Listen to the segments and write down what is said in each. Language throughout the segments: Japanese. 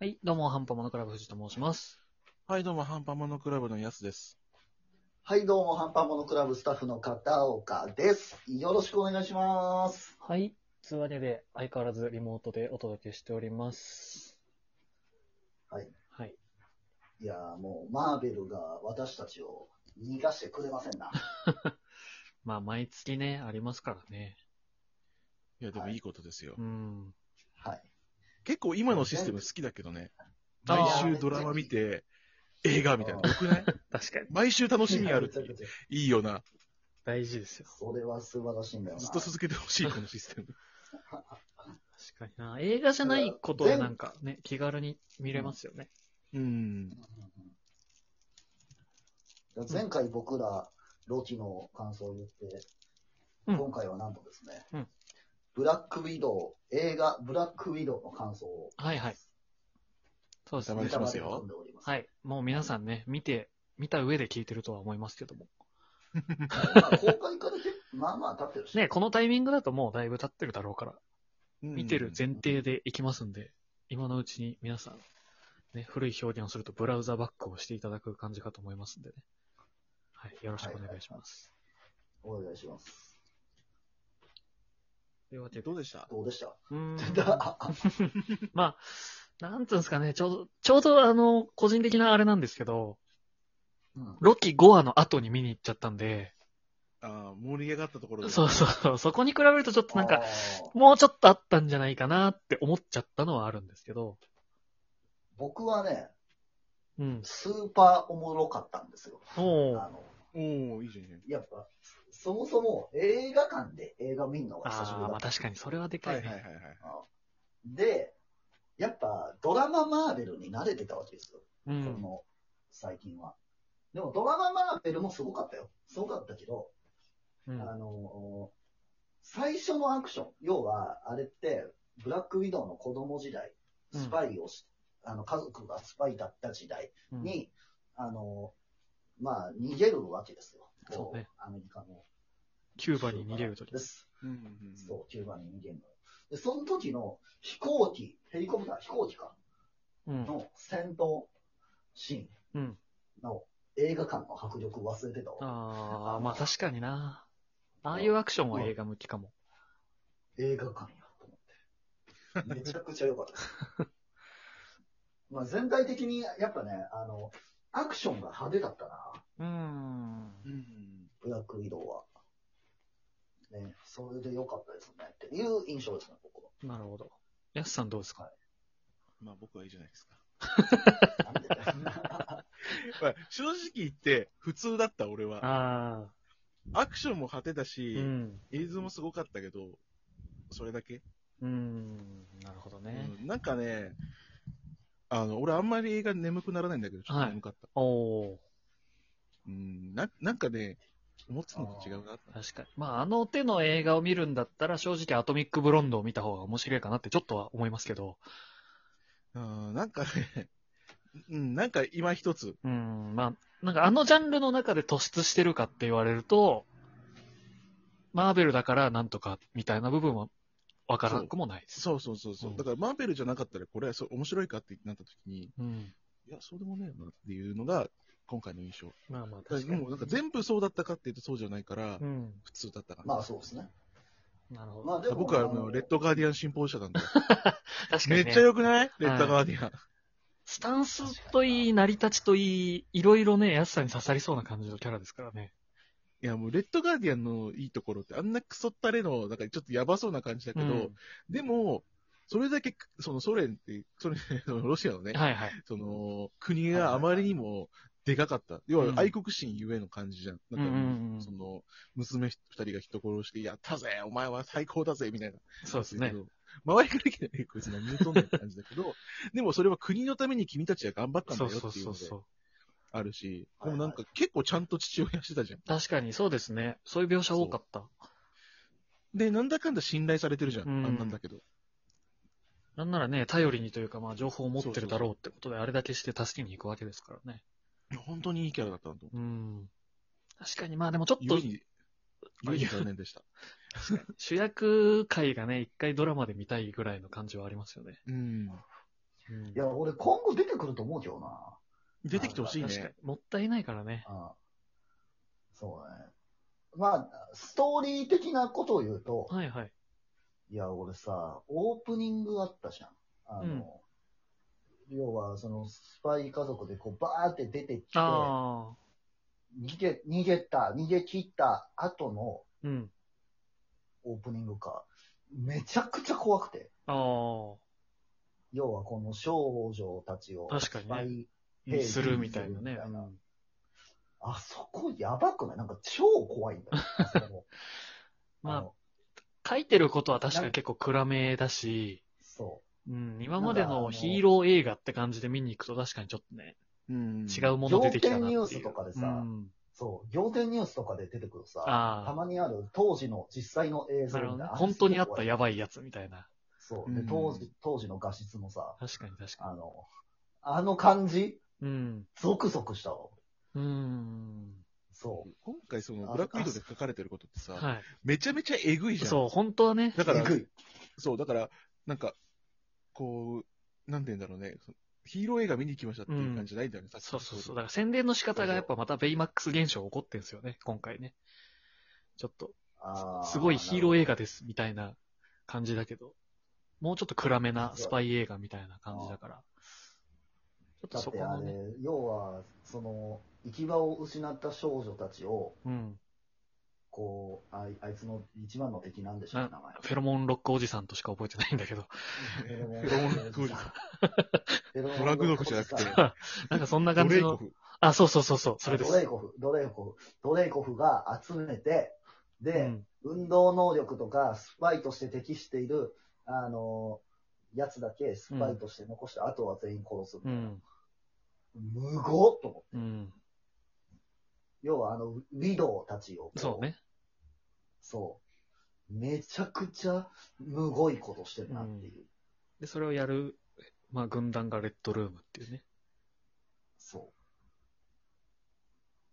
はい、どうも、ハンパモノクラブ藤と申します。はい、どうも、ハンパモノクラブのやすです。はい、どうも、ハンパモノクラブスタッフの片岡です。よろしくお願いします。はい、つうわけで、相変わらずリモートでお届けしております。はい。はい。いやー、もう、マーベルが私たちを逃がしてくれませんな。まあ、毎月ね、ありますからね。いや、でもはいいいことですよ。うん。はい。結構今のシステム好きだけどね。あー毎週ドラマ見て、映画みたいな。あーよくない確かに。毎週楽しみあるっめちて ゃくちゃいいよな。大事ですよ。それは素晴らしいんだよな。ずっと続けてほしい、このシステム。確かにな。映画じゃないことはなんかね、気軽に見れますよね。うん。うんうん前回僕ら、ロキの感想を言って、うん今回はなんとですね、うんブラックウィドウ、映画ブラックウィドウの感想をはいはい。そうですお願ねいし。ますよネタバレを含んでおります。はい。もう皆さんね、見て、見た上で聞いてるとは思いますけども。まあ公開から結構まあまあ経ってるし。ね、このタイミングだともうだいぶ経ってるだろうから、見てる前提で。でいきますんで、今のうちに皆さん、ね、古い表現をするとブラウザバックをしていただく感じかと思いますんでね。はい、よろしくお願いします。お願いします。というわけで、どうでしたどうでしたうーんはまあ、なんつうんですかね、ちょうど、ちょうどあの、個人的なあれなんですけど、ロキ5話の後に見に行っちゃったんで、ああ、盛り上がったところで。そうそうそう、そこに比べるとちょっとなんか、、もうちょっとあったんじゃないかなって思っちゃったのはあるんですけど、僕はね、うん。スーパーおもろかったんですよ。おーあの、おおいいじゃんいいじゃん。やっぱ、そもそも映画館で映画見るのが久しあぶりー、だまあった。確かにそれはでかはいいね。はいはいはい。で、やっぱドラママーベルに慣れてたわけですよ。うこん。の最近は。でもドラママーベルもすごかったよ。すごかったけど、うんあの最初のアクション、要は、あれって、ブラックウィドウの子供時代、スパイをし、あの、家族がスパイだった時代うんに、あのまあ、逃げるわけですよ。そうねこアメリカの。キューバに逃げるときで。す。うんうんそう、キューバに逃げるの。で、その時の飛行機、ヘリコプター、飛行機か、うん。の戦闘シうん。ーンの映画館の迫力忘れてたわ。ああ、まあ確かにな。ああいうアクションは映画向きかも。映画館やと思って。めちゃくちゃ良かったです。 まあ全体的にやっぱね、あの、アクションが派手だったな、うん。うんうんブラックウィドウは。ね、それで良かったですねっていう印象ですね、僕は。なるほど。やすさんどうですかまあ僕はいいじゃないですか。なん でだよまあ正直言って、普通だった俺は。ああ。アクションも果てたうし、ん。映像もすごかったけど、それだけ、うん。なるほどね。うんなんかね、あの、俺あんまり映画眠くならないんだけど、ちょっと眠かった。おおうん、な、なんかね、思ってたのと違うな。ー確かに。まああの手の映画を見るんだったら正直アトミックブロンドを見た方が面白いかなってちょっとは思いますけど。うん、なんかね、 うん、なんか今一つ、うん。まあ、なんかあのジャンルの中で突出してるかって言われると、マーベルだからなんとかみたいな部分はわからなくもないです。そうそうそうそう、うんだからマーベルじゃなかったらこれそう面白いかってなった時に、うん。いや、そうでもねえよなっていうのが今回の印象。まあまあだからもうなんか全部そうだったかっていうとそうじゃないから、うん。普通だったかな。まあそうですね。なるほまあど。でも、僕はああののレッドガーディアン信奉者なんで、確かめに、ね。っちゃ良くないレッドガーディアン。スタンスといい、成り立ちといい、いろいろね、安さに刺さりそうな感じのキャラですからね。いや、もう、レッドガーディアンのいいところって、あんなクソったれの、なんかちょっとやばそうな感じだけど、でも、それだけ、そのソ連 って、それ、そのロシアのね、うんはいはい。その、国があまりにもでかかった。要うんは愛国心ゆえの感じじゃん。なんかもううんうんうんその、娘二人が人殺して、やったぜお前は最高だぜみたいな。そうですねけ。ど。周りから来ないこいつ何言うとんねんって感じだけど、 でもそれは国のために君たちは頑張ったんだそようそうっていうそのうでそう。あるし、はいではいもなんか結構ちゃんと父親してたじゃん。確かに、そうですね。そういう描写多かった。で、なんだかんだ信頼されてるじゃん。うんあんなんだけど。なんならね、頼りにというか、まあ、情報を持ってるだろうってことで、あれだけして助けに行くわけですからね。いや本当にいいキャラだったなと思う。うん。確かに、まあでもちょっゆとえ、に、ゆえに残念でした。主役回がね、一回ドラマで見たいぐらいの感じはありますよね。うん。うんうんいや、俺今後出てくると思うけどな。出てきてほしい確かにね。。もったいないからね。ああそうね。まあ、ストーリー的なことを言うと、はいはい。いや、俺さ、オープニングあったじゃん。あの、要は、その、スパイ家族でこう、バーって出てきて、逃ああ。げ、逃げた、逃げ切った後のうん。オープニングか。めちゃくちゃ怖くて。ああ。要は、この少女たちを、確かにねに、するみたいなね。あそこやばくないなんか超怖いんだよ。あそこ まあの書いてることは確かに結構暗めだし、そうん、今までのヒーロー映画って感じで見に行くと確かにちょっとね、うん。違う。うう。もの仰出てきたな天ってニいう。ュースとかでさ、うん、そう、仰天ニュースとかで出てくるさ、たあまにある当時の実際の映あ、なる像みたほいどねな。。本当にあったややばいやつみたいな。そう。でう、ん当時、当時の画質もさ、確かに確かあの、あの感じ、に。うん。ゾクゾクしたわ。うん。そう。今回その、ブラックウィドウで書かれてることってさ、はめちゃめちゃえぐいい。じゃん。そう、本当はね。だからえぐい。そう、だから、なんか、こう、なんて言うんだろうね、そのヒーロー映画見に行きましたっていう感じじゃないんだよね、さっきそうそうそう。だだから宣伝の仕方がやっぱまたベイマックス現象起こってんすよね、今回ね。ちょっと、あすごいヒーロー映画で。です、みたいな感じだけど、もうちょっと暗めなスパイ映画みたいな感じだから。ちょっとだっそこてあのれ、ね、要は、その、行き場を失った少女たちを、うん。こう、あいあいつの一番の敵なんでしょう、な名前。フェロモンロックおじさんとしか覚えてないんだけど、 フェロモンロックおじさんフェロモンドラグドフじゃなくて、なんかそんなド感レじイコの。フ。あ、そうそうそうそう、それでドレイす。コフ、ドレイコフ、ドレイコフが集めて、うで、ん。運動能力とか、スパイとして適している、あの、やつだけスパイとして残して、あとは全員殺すみうたいな。ん。無謀と思って。うん。要は、あの、ウィドウたちをこ。そうね。そう。めちゃくちゃ、むごいことしてるなっていう。で、それをやる、まあ、軍団がレッドルームっていうね。そ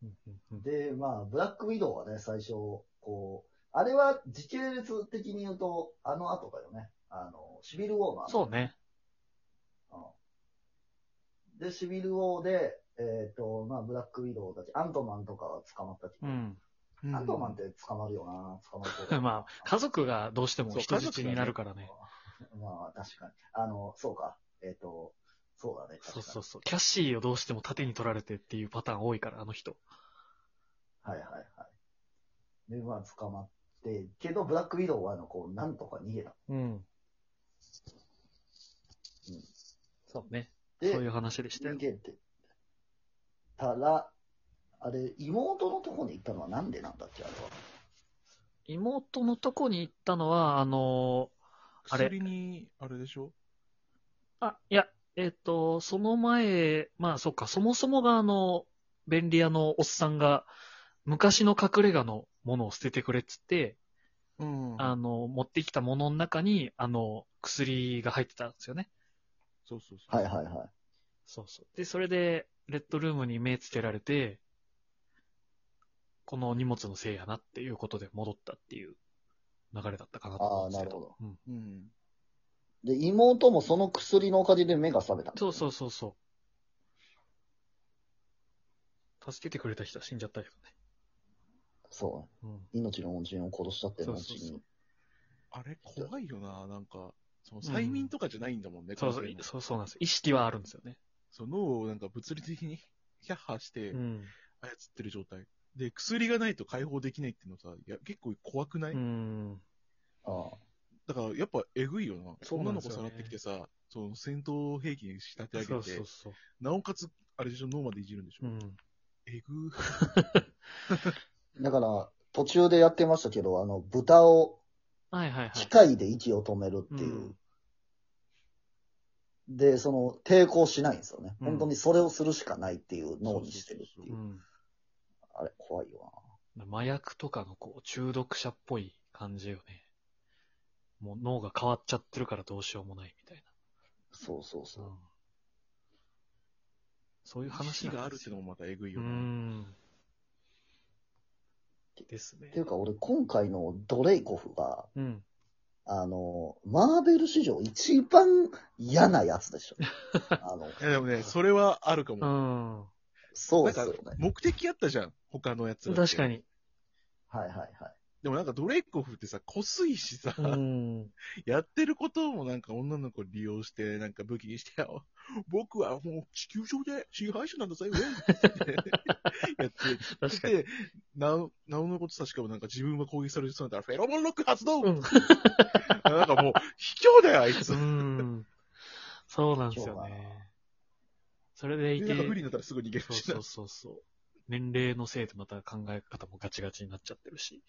うんうんうんう。で、まあ、ブラックウィドウはね、最初、こう、あれは時系列的に言うと、あの後だよね。あの、シビルウォーの後そうね。うんで、シビル王で、えっ、と、まあ、ブラックウィドウたち、アントマンとかは捕まったけうど、ん。 アントマンっで。て捕まるよな、捕まるそうだなまあ、家族がどうしてもそう人質になるからね。 まあ、確かに。あの、そうか。えっ、と、そうだね。確かそうにそうそう。キャッシーをどうしても縦に取られてっていうパターン多いから、あの人。はいはいはい。で、まあ、捕まって、けど、ブラックウィドウは、あの、こう、なんとか逃げた。うん。そうね。そうで、いう話でした逃よ。げてたら、あれ、妹のとこに行ったのはなんでなんだっけ、あれは。妹のとこに行ったのは、あのあれ薬に、あれでしょーあ、いや、えっ、と、その前、まあそっか、そもそもがあの、便利屋のおっさんが、昔の隠れ家のものを捨ててくれっつって、うん。あの、持ってきたものの中に、あの、薬が入ってたんですよね。そうそうそう。はいはいはい。そうそう。で、それで、レッドルームに目つけられて、この荷物のせいやなっていうことで戻ったっていう流れだったかなと思うんですけど。あーなるほど。うん。うん。で、妹もその薬のおかげで目が覚めたんだそようねそうそうそう。助けてくれた人は死んじゃったけそどね。う。命の恩人を殺したっていうのそうそうそうに。あれ、怖いよな、なんか。その催眠とかじゃないんだもんね、うん。そうそ完う全、にそうそうなんですよ。意識はあるんですよね。その脳をなんか物理的に キャッハしてう操ん。ってる状態。で、薬がないと解放できないっていうのさ、いや結構怖くない、うん。あだからやっぱえぐいよな。そうな女んのです子よねさらってきてさ、その戦闘兵器に仕立て上げて、そうそうそう。なおかつ、あれでしょ、脳までいじるんでしょ。うん。えぐあ。だから、途中でやってましたけど、あの、豚をはいはいはい。機械で息を止めるっていう。で、その、抵抗しないんですよね。うん本当にそれをするしかないっていう脳にしてるっていうう。ん。あれ、怖いよ麻薬とかのこう中毒者っぽい感じよね。もう脳が変わっちゃってるからどうしようもないみたいな。そうそうそな。う。そういう話話ながあんるでってすいうよのもまたえぐいうよな。ん。ですっていねう。か、俺、今回のドレイコフが、うん。あの、マーベル史上一番嫌なやつ でしょ。あの、いやでもね、それはあるかうも。ん。そうなんですかよね。目的あったじゃん、他のやつらって確かに。はいはいはい。でもなんかドレイコフってさ、こすいしさ、うん。やってることもなんか女の子利用して、なんか武器にして、あ僕はもう地球上で支配者なんだぜ、ウェンってやって、確かに。で、なお、なおのことさしかもなんか自分は攻撃されるそうになったら、フェロモンロック発動、うんなんかもう、卑怯だよ、あいつ。うでん。そうなんですよそうだなね。それでいてなんか、不利になったらすぐ逃げるそうしそなう。そうそう。年齢のせいでまた考え方もガチガチになっちゃってるし。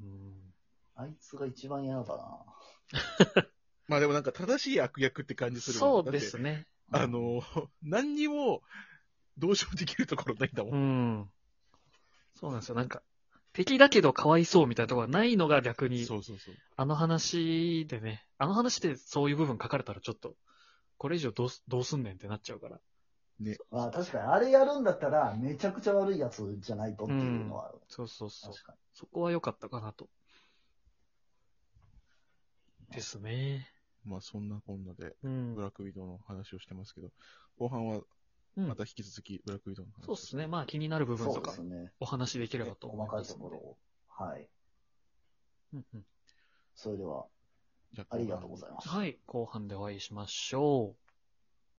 うん。あいつが一番嫌だ まあでもなんか正しい悪役って感じするそもんうです。ね。だな。ってあ、の、何にも、どうしようもできるところないんだもん。うん。そうなんですよ。なんか、敵だけどかわいそうみたいなところがないのが逆に、そうそうそう。あの話でね、あの話でそういう部分書かれたらちょっと、これ以上どうすどうすんねんってなっちゃうから。まあ確かに、あれやるんだったら、めちゃくちゃ悪いやつじゃないとっていうのはある。そうそうそう。確かそこは良かったかなと。ですね。まあそんなこんなで、うんブ。ラックウィドウの話をしてますけど、後半はうんまた引き続きブラックウィドウの話、そうですね。。まあ気になる部に。分そとうでかすね。お話しできればと思細いかまいとすのこで。ろを。はい。うんうんそれでは、じゃありがとうございました。はい。後半でお会いしましょう。